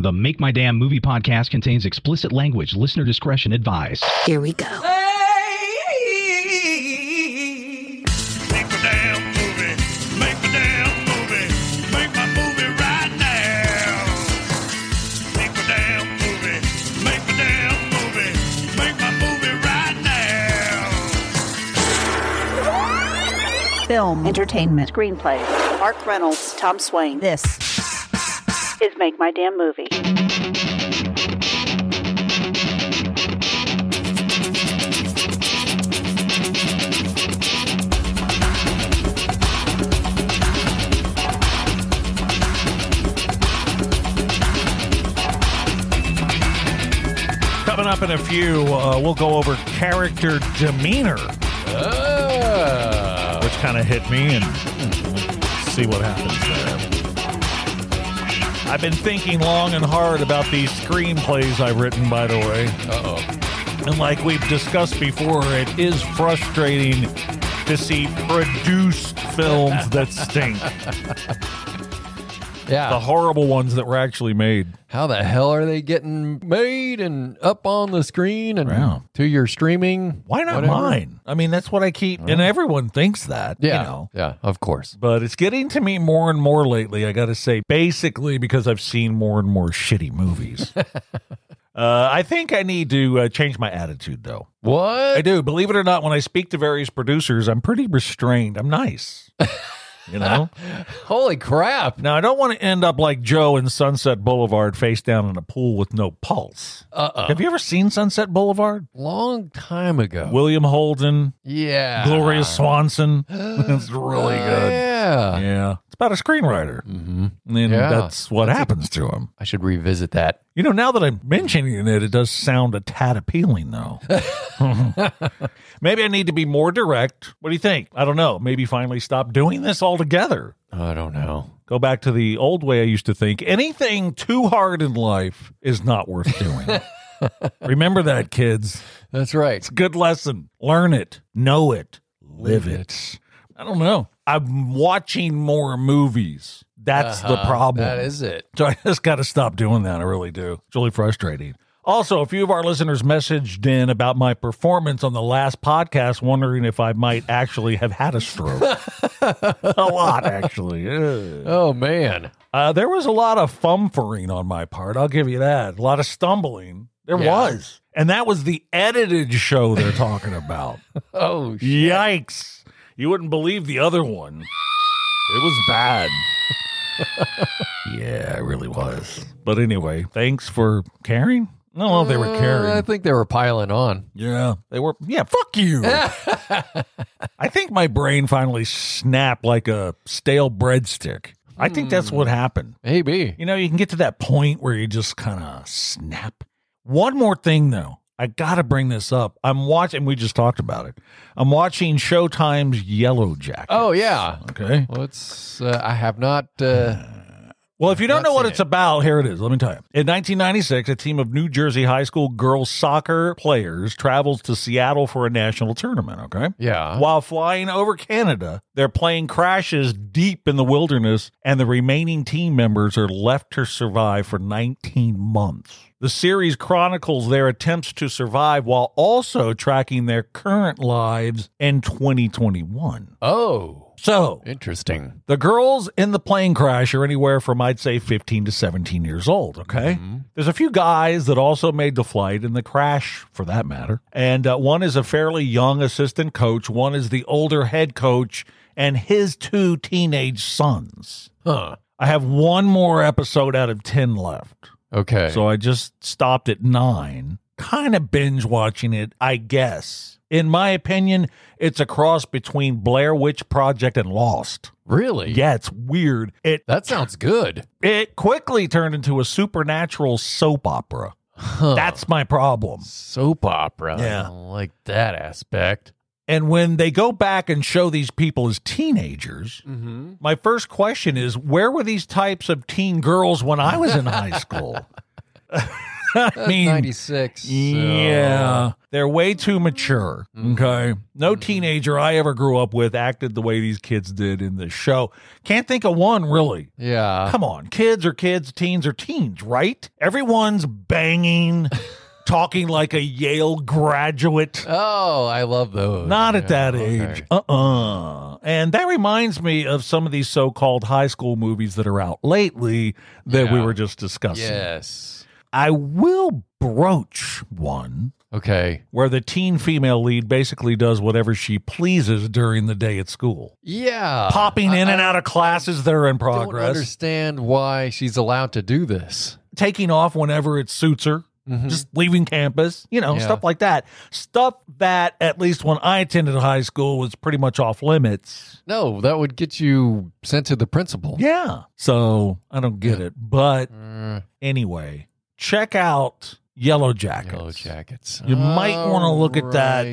The Make My Damn Movie podcast contains explicit language. Listener discretion advised. Here we go. Make my damn movie. Make my damn movie. Make my movie right now. Make my damn movie. Make my damn movie. Make my movie right now. film, Entertainment. screenplay. Mark Reynolds, Tom Swain. This is Make My Damn Movie. Coming up in a few, uh, we'll go over character demeanor, which kind of hit me, and see what happens there. I've been thinking long and hard about these screenplays I've written, by the way. Uh-oh. And like we've discussed before, it is frustrating to see produced films that stink. yeah. the horrible ones that were actually made. How the hell are they getting made and up on the screen and Wow. to your streaming? Why not whatever? mine? I mean, that's what I keep, and everyone thinks that. Yeah. You know. Yeah, of course. But it's getting to me more and more lately, I got to say, basically because I've seen more and more shitty movies. uh, I think I need to uh, change my attitude, though. I What? do. Believe it or not, when I speak to various producers, I'm pretty restrained. I'm nice. You know? Holy crap. now, I don't want to end up like Joe in Sunset Boulevard, face down in a pool with no pulse. Uh-uh. Have you ever seen Sunset Boulevard? Long time ago. William Holden, yeah. Gloria Swanson. it's really Uh, good. Yeah. Yeah. It's about a screenwriter. hmm And Yeah. that's what happens to him. I should revisit that. You know, now that I'm mentioning it, it does sound a tad appealing, though. Maybe I need to be more direct. What do you think? I don't know. Maybe finally stop doing this altogether. I don't know. Go back to the old way I used to think anything too hard in life is not worth doing. Remember that, kids. That's right. It's a good lesson. Learn it, know it, live it. I don't know. I'm watching more movies. That's the Uh-huh. problem. That is it. So I just got to stop doing that. I really do. It's really frustrating. Also, a few of our listeners messaged in about my performance on the last podcast, wondering if I might actually have had a stroke. a lot, actually. Ugh. Oh, man. Uh, there was a lot of fumfering on my part. I'll give you that. A lot of stumbling. There Yeah. was. And that was the edited show they're talking about. Oh, sh- Yikes. You wouldn't believe the other one. It was bad. yeah, it really was. But anyway, thanks for caring. No, well, they were I caring. think they were piling on. Yeah, they were. Yeah, fuck you. I think my brain finally snapped like a stale breadstick. I think that's what happened. Maybe. You know, you can get to that point where you just kind of snap. One more thing, though. I got to bring this up. I'm watching, we just talked about it. I'm watching Showtime's Yellow Jacket. Oh, yeah. okay. Well, it's, uh, I have not. Uh, Well, if you don't Not know what seen it's it. about, here it is. Let me tell you. In 1996, a team of New Jersey high school girls soccer players travels to Seattle for a national tournament, okay? yeah. While flying over Canada, their plane crashes deep in the wilderness, and the remaining team members are left to survive for 19 months. The series chronicles their attempts to survive while also tracking their current lives in 2021. Oh, So, interesting. the girls in the plane crash are anywhere from, I'd say, 15 to 17 years old. Okay. There's a few guys that also made the flight and the crash, for that matter. And uh, one is a fairly young assistant coach, one is the older head coach, and his two teenage sons. Huh. I have one more episode out of 10 left. Okay. So I just stopped at nine, kind of binge watching it, I guess. In my opinion, it's a cross between Blair Witch Project and Lost. really? Yeah, it's weird. It That sounds good. it quickly turned into a supernatural soap opera. That's my problem. Soap opera. Yeah. I don't like that aspect. And when they go back and show these people as teenagers, Mm-hmm. my first question is where were these types of teen girls when I was in high school? I mean, ninety six. yeah, they're way too mature. Okay, no teenager I ever grew up with acted the way these kids did in this show. Can't think of one really. Yeah. Come on, kids are kids, teens are teens, right? Everyone's banging, talking like a Yale graduate. Oh, I love those. Not at Yeah, that okay. age. Uh uh And that reminds me of some of these so called high school movies that are out lately that we Yeah. were just discussing. Yes. I will broach one Okay. where the teen female lead basically does whatever she pleases during the day at school, Yeah. popping in Uh, I- and out of classes that are in I don't progress, understand why she's allowed to do this. taking off whenever it suits her. Mhm. just leaving campus, you know, Yeah. stuff like that. Stuff that, at least when I attended high school, was pretty much off limits. no, that would get you sent to the principal. Yeah. So I don't get it. But Mm, anyway, check out Yellow Jackets. yellow jackets. You might wanna look at that.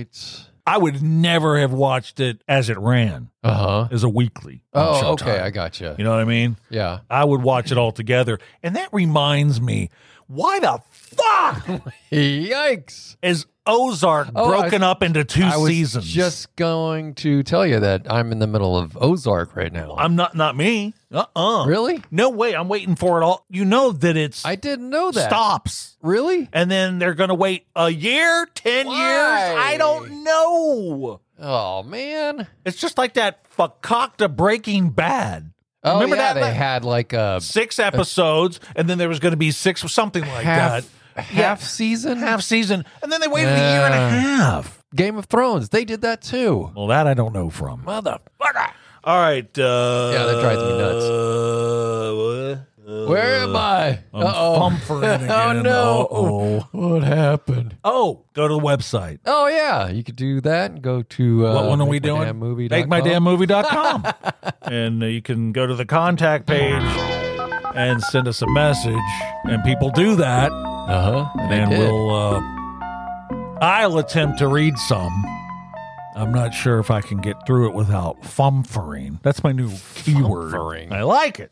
I would never have watched it as it ran Uh huh. as a weekly. Uh-huh. on Oh, okay. Showtime. I gotcha. You know what I mean? Yeah. I would watch it all together. And that reminds me, why the fuck Yikes. is Ozark Oh, I- broken up into two I was seasons? just going to tell you that I'm in the middle of Ozark right now. I'm not not me. Uh uh really? No way. I'm waiting for it all. You know that it's I didn't know that. stops, Really? and then they're going to wait a year, ten years. I don't know. Oh man. It's just like that fakakta Breaking Bad. Oh Remember yeah, that they la- had like uh, a Six episodes, and then there was going to be six, something like half that. half Yeah, season half season, and then they waited a year and a Yeah. half. Game of Thrones. They did that too. Well, that I don't know from. Motherfucker. All right. Uh, Yeah, that drives me nuts. Uh, Where am I? I'm fumfering Oh again. no. Uh-oh. What happened? Oh, go to the website. Oh yeah, you could do that and go to uh, what one are we doing? makemydamnmovie.com. MakeMyDamnMovie.com. and uh, you can go to the contact page and send us a message. And people do that. Uh-huh. And, and they did. we'll, uh, I'll attempt to read some. I'm not sure if I can get through it without fumfering. That's my new keyword. Fumfering. I like it.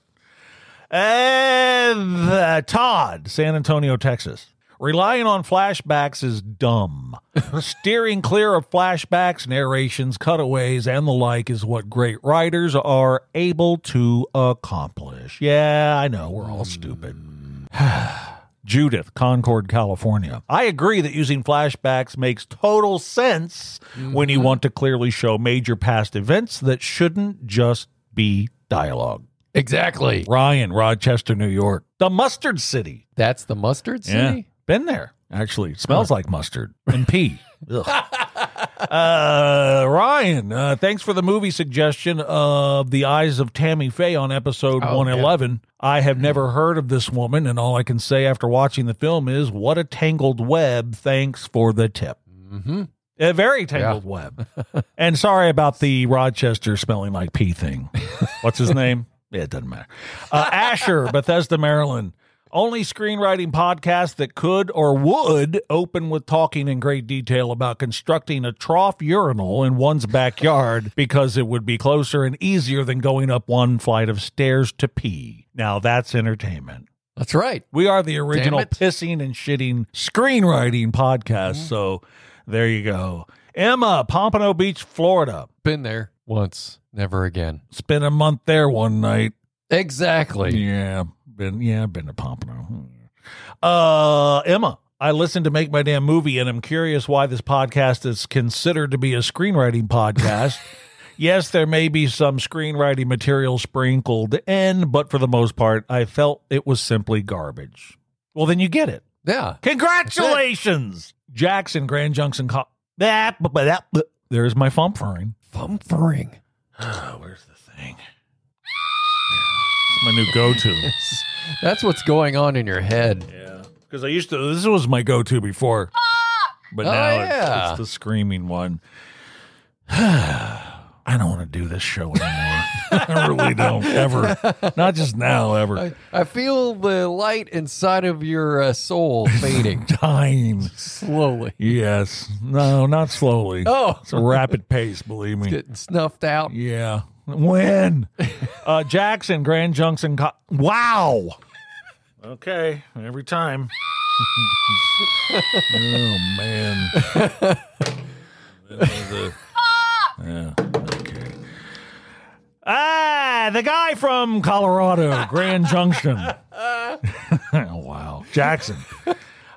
And, uh, Todd, San Antonio, Texas. Relying on flashbacks is dumb. Steering clear of flashbacks, narrations, cutaways, and the like is what great writers are able to accomplish. Yeah, I know. We're Hmm. all stupid. Judith, Concord, California. I agree that using flashbacks makes total sense when you want to clearly show major past events that shouldn't just be dialogue. Exactly. Ryan, Rochester, New York. The Mustard City. That's the mustard city. Been there, actually. Smells like mustard and pee. Ugh. uh, Ryan, uh, thanks for the movie suggestion of The Eyes of Tammy Faye on episode Oh, 111. I have never heard of this woman, and all I can say after watching the film is what a tangled web. Thanks for the tip. hmm A very tangled web. and sorry about the Rochester smelling like pee thing. What's his name? Yeah, it doesn't matter. Uh, Asher, Bethesda, Maryland. Only screenwriting podcast that could or would open with talking in great detail about constructing a trough urinal in one's backyard because it would be closer and easier than going up one flight of stairs to pee. Now that's entertainment. That's right. We are the original it. pissing and shitting screenwriting podcast. So there you go. Emma, Pompano Beach, Florida. Been there once, never again. Spent a month there one night. Exactly. Yeah, been yeah, been to Pompano. Uh, Emma, I listened to Make My Damn Movie, and I'm curious why this podcast is considered to be a screenwriting podcast. yes, there may be some screenwriting material sprinkled in, but for the most part, I felt it was simply garbage. Well, then you get it. Yeah. Congratulations, Jackson Grand Junction. Co- that, but that, but- there's my fumfering. Fumfering. Where's the thing? It's my new go-to. That's what's going on in your head. yeah, because I used to. This was my go-to before, but Oh, now yeah. it's, it's the screaming one. I don't want to do this show anymore. I really don't ever. Not just now, ever. I, I feel the light inside of your uh, soul fading Dying. slowly. Yes. No, not slowly. Oh, It's a rapid pace, believe me. getting snuffed out. Yeah. When? uh, Jackson, Grand Junction. Co- wow. Okay. Every time. oh man. yeah. Okay. Ah, the guy from Colorado, Grand Junction. wow, Jackson.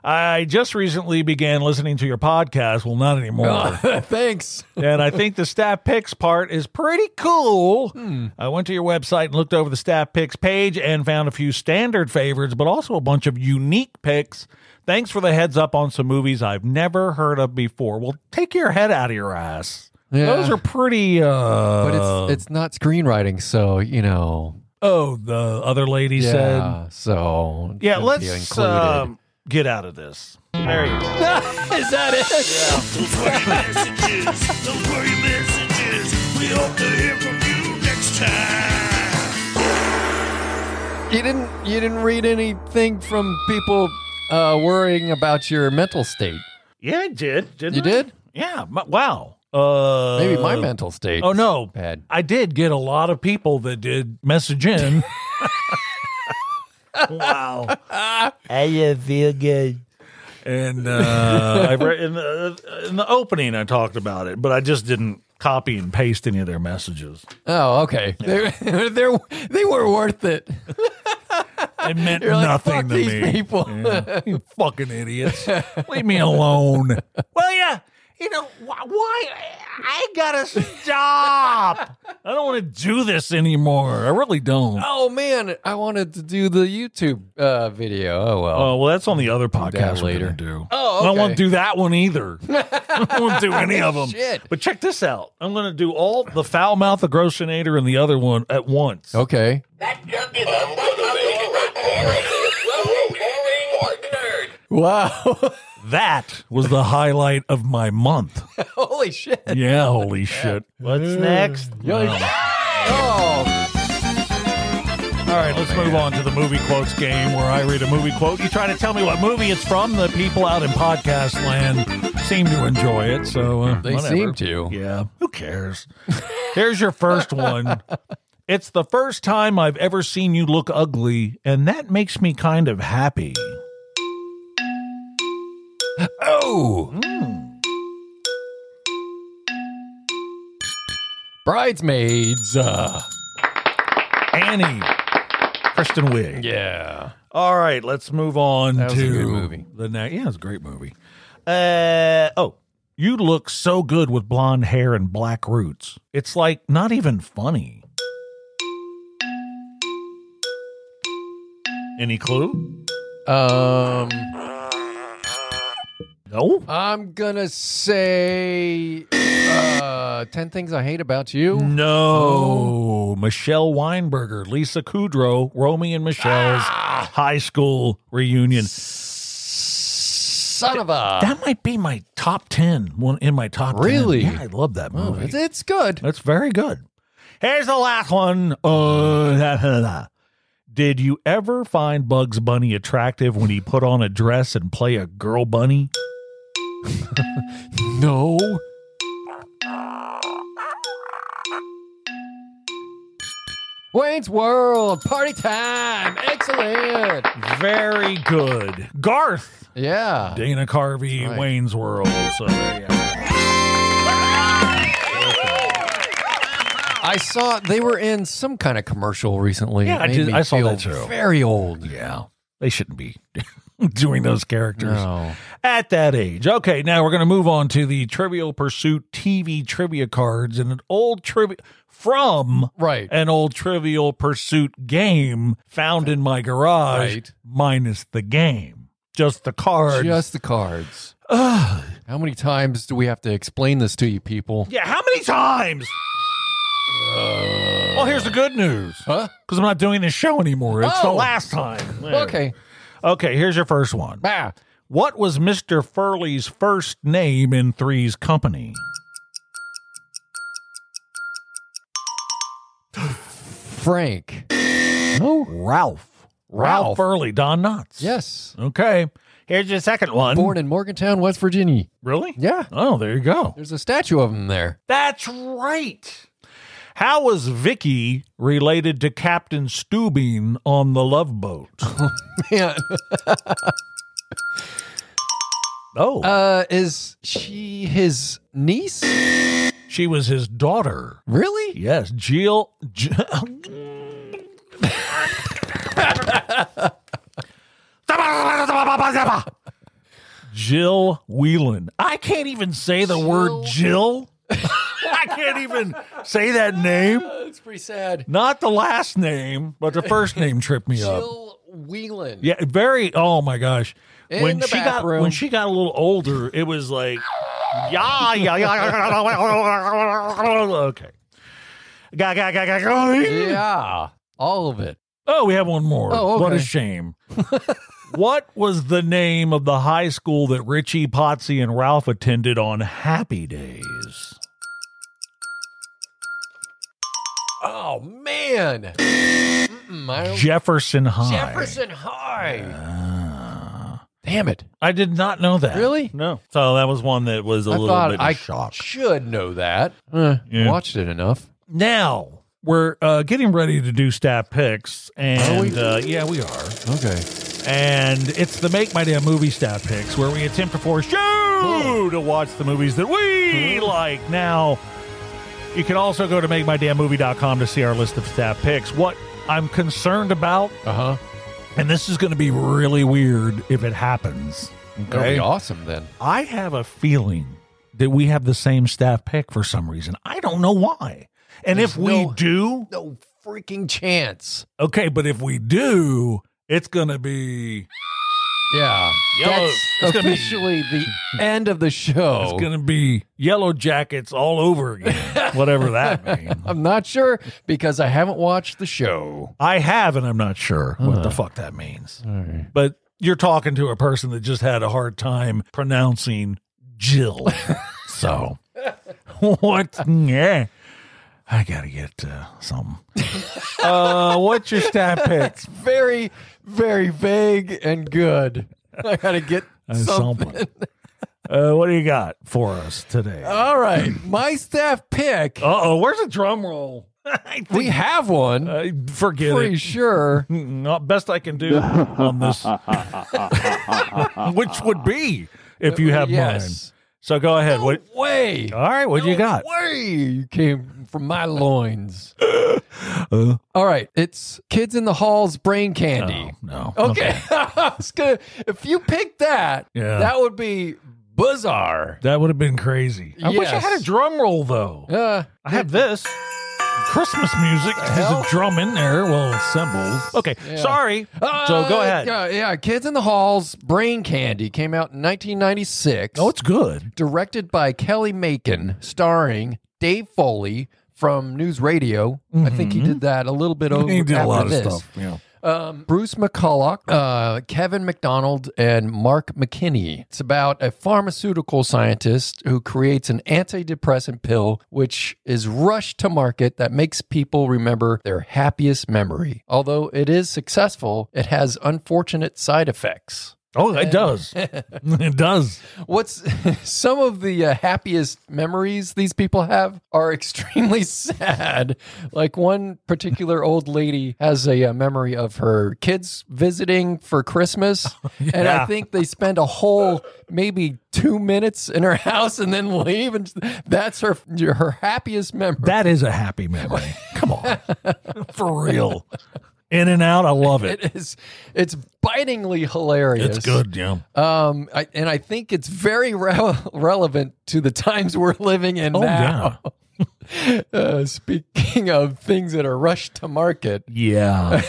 I just recently began listening to your podcast. Well, not anymore. Thanks. and I think the stat picks part is pretty cool. Hmm. I went to your website and looked over the stat picks page and found a few standard favorites, but also a bunch of unique picks. Thanks for the heads up on some movies I've never heard of before. Well, take your head out of your ass. Yeah. Those are pretty. Uh, But it's it's not screenwriting, so you know. oh, the other lady said. yeah. So Yeah, should be let's included. um, get out of this. There you go. Is that it? Those were your messages. Those were your messages. We hope to hear from you next time. You didn't you didn't read anything from people uh, worrying about your mental state. Yeah, I did. Didn't You I? did? Yeah. My, wow. Uh, Maybe my mental state. Oh no, bad. I did get a lot of people that did message in. wow, I feel good. And uh, I read in the, in the opening, I talked about it, but I just didn't copy and paste any of their messages. Oh, okay. They they're, they were worth it. It meant You're like, nothing "Fuck to these me. people. Yeah. You fucking idiots. Leave me alone. Well, yeah. You know, wh- why? I gotta stop. I don't want to do this anymore. I really don't. Oh man, I wanted to do the YouTube uh, video. Oh well. Oh well, that's on the other podcast that we're later. gonna do. Oh, And I okay. won't do that one either. I won't do any of them. Shit. But check this out. I'm gonna do all the foul mouth, the grossinator, and the other one at once. Okay. Wow. That was the highlight of my month. Holy shit. Um, Yeah, holy shit. What's next? Oh. All right, let's move on to the movie quotes game where I read a movie quote. You try to tell me what movie it's from. The people out in podcast land seem to enjoy it, so uh, They whatever. seem to. Yeah, who cares? Here's your first one. It's the first time I've ever seen you look ugly, and that makes me kind of happy. Oh. Bridesmaids. Mm. Uh, Annie, Kristen Wiig. yeah. All right, let's move on That was to a good movie. the next. Yeah, it's a great movie. Uh oh, you look so good with blonde hair and black roots. It's like not even funny. Any clue? Um, No. I'm gonna say uh, ten things I hate about Mm. you. Oh. No. Michelle Weinberger, Lisa Kudrow, Romy and Michelle's Ah. high school reunion. Son of a. That might be my top 10, one in my top 10. Really? Yeah, I love that Oh, movie. it's, it's good. That's very good. Here's the last one. Uh, da, da, da. Did you ever find Bugs Bunny attractive when he put on a dress and play a girl bunny? No. Wayne's World, party time. Excellent. Very good. Garth. Yeah. Dana Carvey, Right. Wayne's World. So there you go. I saw they were in some kind of commercial recently. Yeah, It I made did- me I saw feel that too. Very old. Yeah, they shouldn't be doing those characters No. at that age. Okay, now we're going to move on to the Trivial Pursuit TV trivia cards and an old trivia from Right. an old Trivial Pursuit game found in my garage, Right. minus the game, just the cards. Just the cards. Ugh. How many times do we have to explain this to you people? yeah, how many times? well, here's the good news Huh? because I'm not doing this show anymore. It's Oh. the last time. Okay. Okay, here's your first one. Bah. What was Mr. Furley's first name in Three's Company? Frank. Ralph. Ralph, Ralph. Furley, Don Knotts. Yes. Okay. Here's your second one. Born in Morgantown, West Virginia. really? Yeah. Oh, there you go. There's a statue of him there. That's right. How was Vicky related to Captain Stubing on the Love Boat? Man. Oh, Uh, is she his niece? she was his daughter. Really? Yes, Jill. J- Jill Whelan. I can't even say the word Jill. I can't even say that name. That's pretty sad. Not the last name, but the first name tripped me up. Jill Whelan. Yeah, very. Oh my gosh. In when the she bathroom. got when she got a little older, it was like, yeah, yeah, yeah, yeah. okay. Ga, ga, ga, ga, ga. Yeah. All of it. Oh, we have one more. Oh, okay. What a shame. what was the name of the high school that Richie, Potsy, and Ralph attended on Happy Days? Oh man. Mm-mm, I don't- Jefferson High. Ah. Jefferson High. Damn it. I did not know that. Really? No. So that was one that was a I little thought bit I of shock. should know that. Uh, Yeah. Watched it enough. Now we're uh, getting ready to do stat picks, Are and Oh, we? uh, yeah, we are. Okay. And it's the Make My Damn Movie stat picks, where we attempt to force you to watch the movies that we like. Now, you can also go to makemydamnmovie.com to see our list of stat picks. What I'm concerned about, Uh huh. and this is going to be really weird if it happens. That'll be awesome then. I have a feeling that we have the same staff pick for some reason. I don't know why. And if we no- do, No freaking chance. okay, but if we do, it's going to be Yeah. Yellow. It's That's gonna be- officially the end of the show. it's going to be yellow jackets all over again, whatever that means. I'm not sure because I haven't watched the show. I have and I'm not sure what the fuck that means. But you're talking to a person that just had a hard time pronouncing Jill. so what? Yeah. I gotta get uh, something. uh, what's your stat pick? Very, very vague and good. I gotta get Uh, something. Uh, what do you got for us today? Uh All right, my staff pick. oh, where's the drum roll? I We think- have one, uh, forget pretty it. sure. Mm, Not best I can do on this, which would be if you have mine. yes. So go ahead. What? Way. All right, what do you got? Way you came from my loins. Uh. All right, it's Kids in the Hall's Brain Candy. Oh, No. Okay. I was gonna- if you picked that, Yeah. that would be bizarre. That would have been crazy. I wish I Yes. had a drum roll though. Uh, I have this Christmas music. There's a hell? drum in there. Well, symbols. Okay, sorry. so go uh, ahead. Yeah, yeah, Kids in the Halls Brain Candy came out in 1996. Oh, it's good. directed by Kelly Macon, starring Dave Foley from News Radio. I think Mm-hmm. he did that a little bit over He did a after lot of this. stuff. Yeah. Um, Bruce McCulloch, uh, Kevin McDonald, and Mark McKinney. It's about a pharmaceutical scientist who creates an antidepressant pill, which is rushed to market that makes people remember their happiest memory. Although it is successful, it has unfortunate side effects. Oh, it does. it does. What's some of the uh, happiest memories these people have are extremely sad. Like one particular old lady has a, uh memory of her kids visiting for Christmas, and I Oh, Yeah. think they spend a whole maybe two minutes in her house and then leave, and that's her her happiest memory. That is a happy memory. Come on. For real. In and out, I love it. it is, it's bitingly hilarious. It's good, yeah. um, I, and I think it's very re- relevant to the times we're living in Oh, now. yeah. Uh, speaking of things that are rushed to market, Yeah.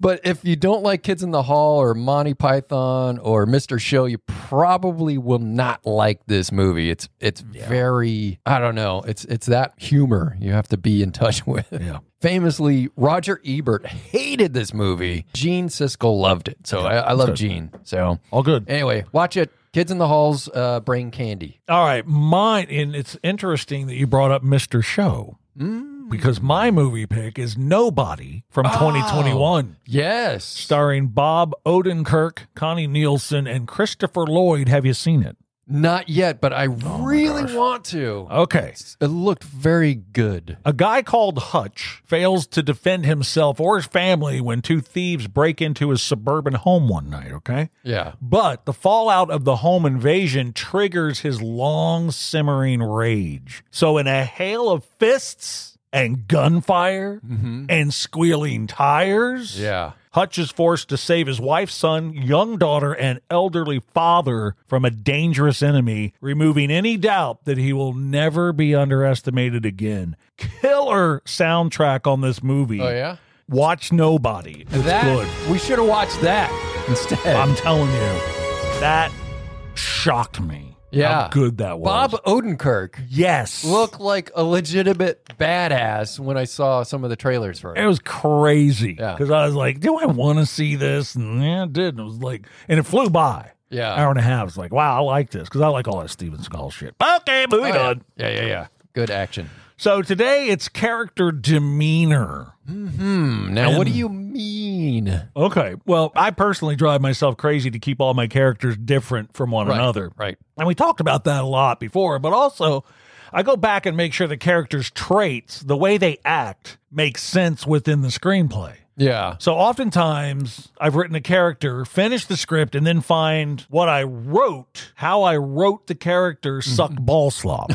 but if you don't like Kids in the Hall or Monty Python or Mr. Show, you probably will not like this movie. It's it's very I don't know. It's it's that humor you have to be in touch with. Yeah. Famously, Roger Ebert hated this movie. Gene Siskel loved it, so I, I love Gene. So All good. anyway, watch it. Kids in the Hall's uh, Brain Candy. All right, mine, and it's interesting that you brought up Mr. Show because my movie pick is Nobody from 2021, Yes, starring Bob Odenkirk, Connie Nielsen, and Christopher Lloyd. Have you seen it? Not yet, but I really want to. Okay. It looked very good. A guy called Hutch fails to defend himself or his family when two thieves break into his suburban home one night, okay? Yeah. But the fallout of the home invasion triggers his long simmering rage. So, in a hail of fists and gunfire and squealing tires, Mm-hmm. Yeah. Hutch is forced to save his wife, son, young daughter, and elderly father from a dangerous enemy, removing any doubt that he will never be underestimated again. Killer soundtrack on this movie. Oh yeah. Watch Nobody. It's that good. we should have watched that instead. I'm telling you, that shocked me. Yeah. How good that was. Bob Odenkirk Yes. looked like a legitimate badass when I saw some of the trailers for It it. was crazy Yeah. because I was like, "Do I want to see this?" And yeah, I did. And it was like, and it flew by. Yeah. hour and a half. It's like, wow, I like this because I like all that Steven Skull shit. Okay, moving Oh, yeah. on. yeah, yeah, yeah. Good action. So today it's character demeanor. Hmm. Now, what do you mean? Okay, well, I personally drive myself crazy to keep all my characters different from one another. Right. And we talked about that a lot before, but also I go back and make sure the characters' traits, the way they act, makes sense within the screenplay. Yeah. So oftentimes I've written a character, finished the script, and then find what I wrote, how I wrote the character suck ball slop.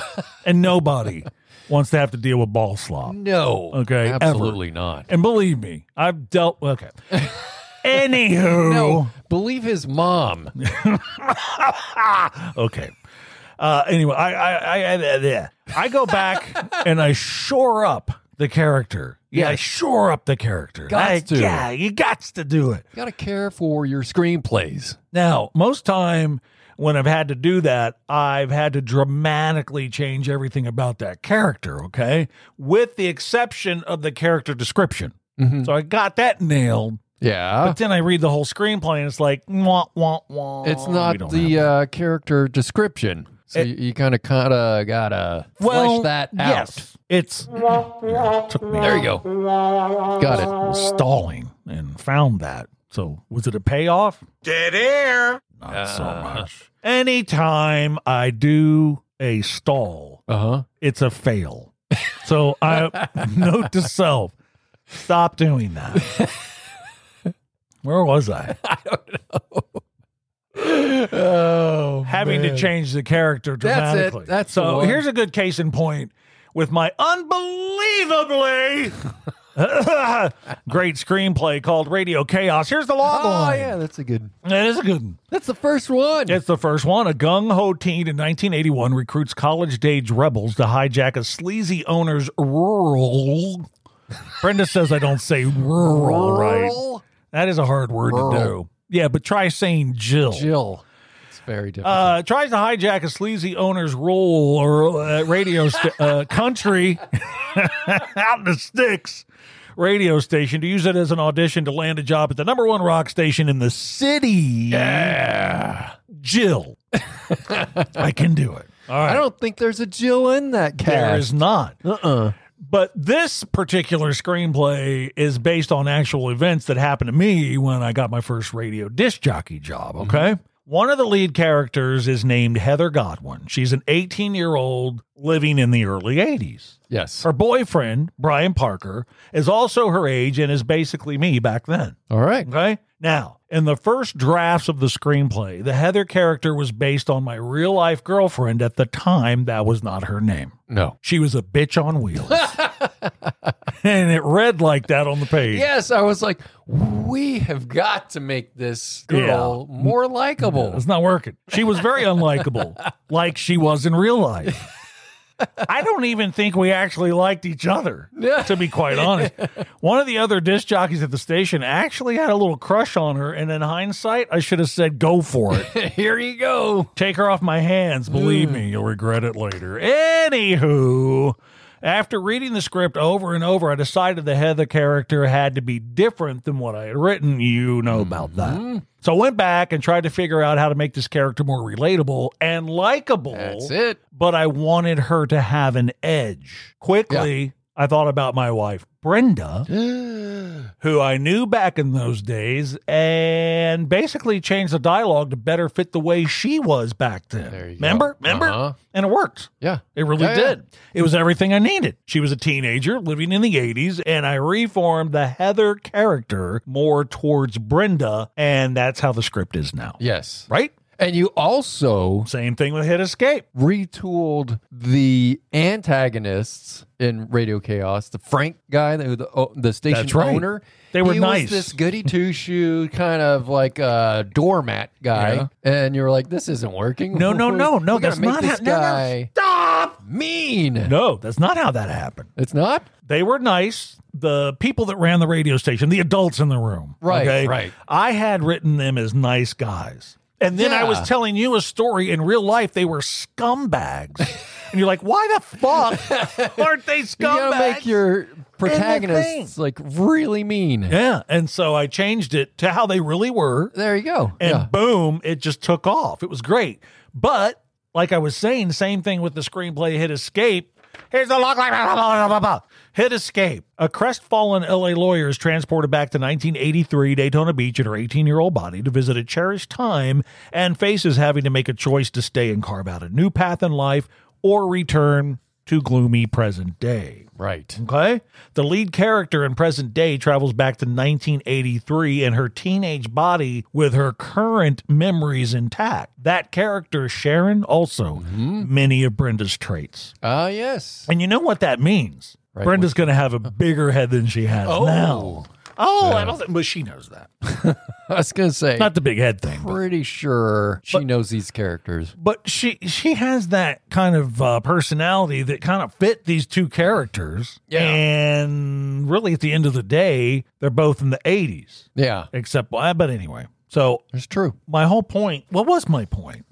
and nobody wants to have to deal with ball slop. No. Okay, ever. Absolutely not. And believe me, I've dealt okay. Anywho. No. Believe his mom. okay. Uh, anyway, I I I, I, yeah. I go back and I shore up the character. Yeah, I Yes. shore up the character. Gots I- to. Yeah, you got to do it. You gotta care for your screenplays. Now, most time when I've had to do that, I've had to dramatically change everything about that character, okay? With the exception of the character description. Mm-hmm. So I got that nailed, Yeah. but then I read the whole screenplay and it's like, wah, wah, wah. it's We not don't the have uh, character description. So It- you, you kind of kind of gotta that. well, flesh that out. Yes, it's took me There you go. Got it. stalling and found that. So was it a payoff? Dead air. Not so Uh. much. Anytime I do a stall, Uh huh. it's a fail. So I note to self, stop doing that. Where was I? Oh, Having to change the character That's it. dramatically. That's the so. one. Here's a good case in point with my unbelievably great screenplay called Radio Chaos. Here's the log Oh line. yeah, that's a good. That is a good one. That's the first one. It's the first one. A gung ho teen in 1981 recruits college age rebels to hijack a sleazy owner's rural. Brenda says I don't say rural right. That is a hard word to Rural. do. Yeah, but try saying Jill. Jill. It's very different. Uh, tries to hijack a sleazy owner's role or uh, radio st- uh, country out in the sticks radio station to use it as an audition to land a job at the number one rock station in the city. Yeah, Jill, I can do it. All right, I don't think there's a Jill in that there cast. is not. uh-uh. But this particular screenplay is based on actual events that happened to me when I got my first radio disc jockey job. Okay. One of the lead characters is named Heather Godwin. She's an 18 year old living in the early 80s. Yes. Her boyfriend, Brian Parker, is also her age and is basically me back then. All right. Okay. Now, in the first drafts of the screenplay, the Heather character was based on my real life girlfriend at the time. That was not her name. No. She was a bitch on wheels. and it read like that on the page. Yes, I was like, we have got to make this girl more likable. It's not working. She was very unlikable, like she was in real life. I don't even think we actually liked each other, to be quite honest. One of the other disc jockeys at the station actually had a little crush on her. And in hindsight, I should have said, go for it. Here you go. Take her off my hands. Believe me, you'll regret it later. Anywho, after reading the script over and over, I decided the Heather character had to be different than what I had written. You know about that. So I went back and tried to figure out how to make this character more relatable and likable That's it. but I wanted her to have an edge. Quickly, I thought about my wife, Brenda, who I knew back in those days and basically changed the dialogue to better fit the way she was back then. There you go. Remember? Remember? Uh-huh. And it worked. Yeah. It really Yeah, yeah. did. It was everything I needed. She was a teenager living in the 80s, and I reformed the Heather character more towards Brenda, and that's how the script is now. Yes. Right? And you also Same thing with Hit Escape. retooled the antagonists in Radio Chaos. The Frank guy, the the, oh, the station That's right. owner, They were he nice. Was this goody two shoe kind of like uh, doormat guy, Yeah. and you were like, "This isn't working." No, no, We- no, we no. gotta That's make not this how- no, no. guy Stop! mean. No, that's not how that happened. It's not. They were nice. The people that ran the radio station, the adults in the room. Right, right. I had written them as nice guys. And then I Yeah. was telling you a story in real life, they were scumbags. and you're like, why the fuck aren't they scumbags? You gotta make your protagonists thing. like really mean. Yeah. And so I changed it to how they really were. There you go. And yeah. boom, it just took off. It was great. But like I was saying, same thing with the screenplay Hit Escape. Here's the log line. blah, blah, blah, blah, blah. Hit Escape. A crestfallen LA lawyer is transported back to 1983 Daytona Beach in her 18 year old body to visit a cherished time and faces having to make a choice to stay and carve out a new path in life or return to gloomy present day. Right. Okay. The lead character in present day travels back to 1983 in her teenage body with her current memories intact. That character, Sharon, also many of Brenda's traits. Ah, yes. And you know what that means? Right, Brenda's going to have a bigger head than she has Oh. now. Oh, I don't think, but she knows that. I was gonna say. Not the big head thing. But, pretty sure she knows these characters. but she she has that kind of uh, personality that kind of fit these two characters. Yeah. And really, at the end of the day, they're both in the 80s. Yeah, except well, but anyway so it's true. my whole point what was my point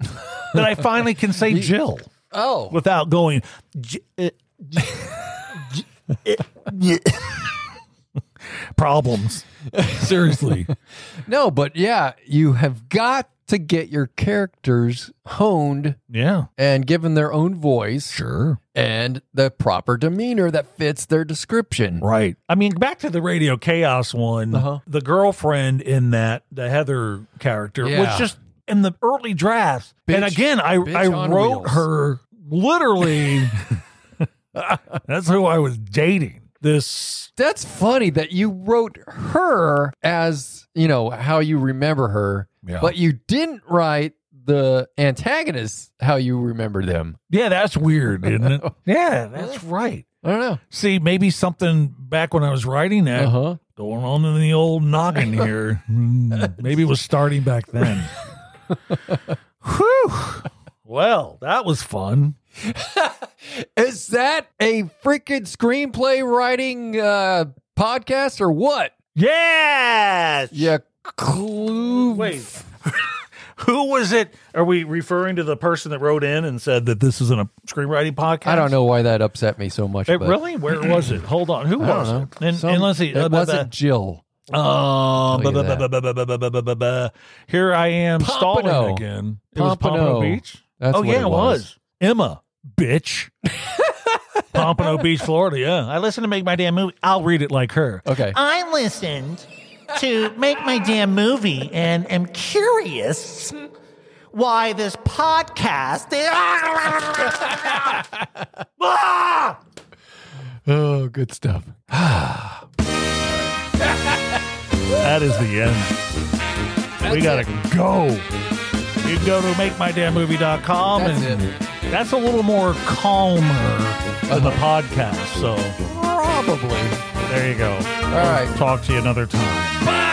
that i finally can say jill Oh, without going "J- uh, j- j- uh, problems seriously No, but yeah, you have got to get your characters honed yeah and given their own voice sure and the proper demeanor that fits their description. right i mean back to the radio chaos one Uh-huh. the girlfriend in that the heather character Yeah. was just in the early drafts and Bitch- again i, bitch I on wrote wheels. her literally that's who i was dating this That's funny that you wrote her as, you know, how you remember her, Yeah. but you didn't write the antagonists how you remember them. Yeah, that's weird, isn't it? yeah, that's right. I don't know. See, maybe something back when I was writing that Uh-huh. going on in the old noggin here. Hmm, Mm, maybe it was starting back then. Whew. Well, that was fun. Is that a freaking screenplay writing uh, podcast or what? Yes. Yeah, clue. Wait. Who was it? Are we referring to the person that wrote in and said that this isn't a screenwriting podcast? I don't know why that upset me so much. It but really? Where was it? Hold on. Who I don't was know. it? And, Some- and let's see. It Uh, blah, wasn't blah. Jill. Oh, Tell you ba- ba- that. ba- ba- ba- ba- ba- ba- ba- ba. here I am Pompano. stalling again. It was Pompano. Pompano Beach. That's oh what yeah, it it was. was. Emma, bitch. Pompano Beach, Florida. Yeah, I listened to Make My Damn Movie. I'll read it like her. Okay. I listened to Make My Damn Movie and am curious why this podcast. Ah! Oh, good stuff. That is the end. we gotta go. You can go to makemydamnmovie.com That's and it. that's a little more calmer than the podcast. So Probably. there you go. All right. Talk to you another time. Bye.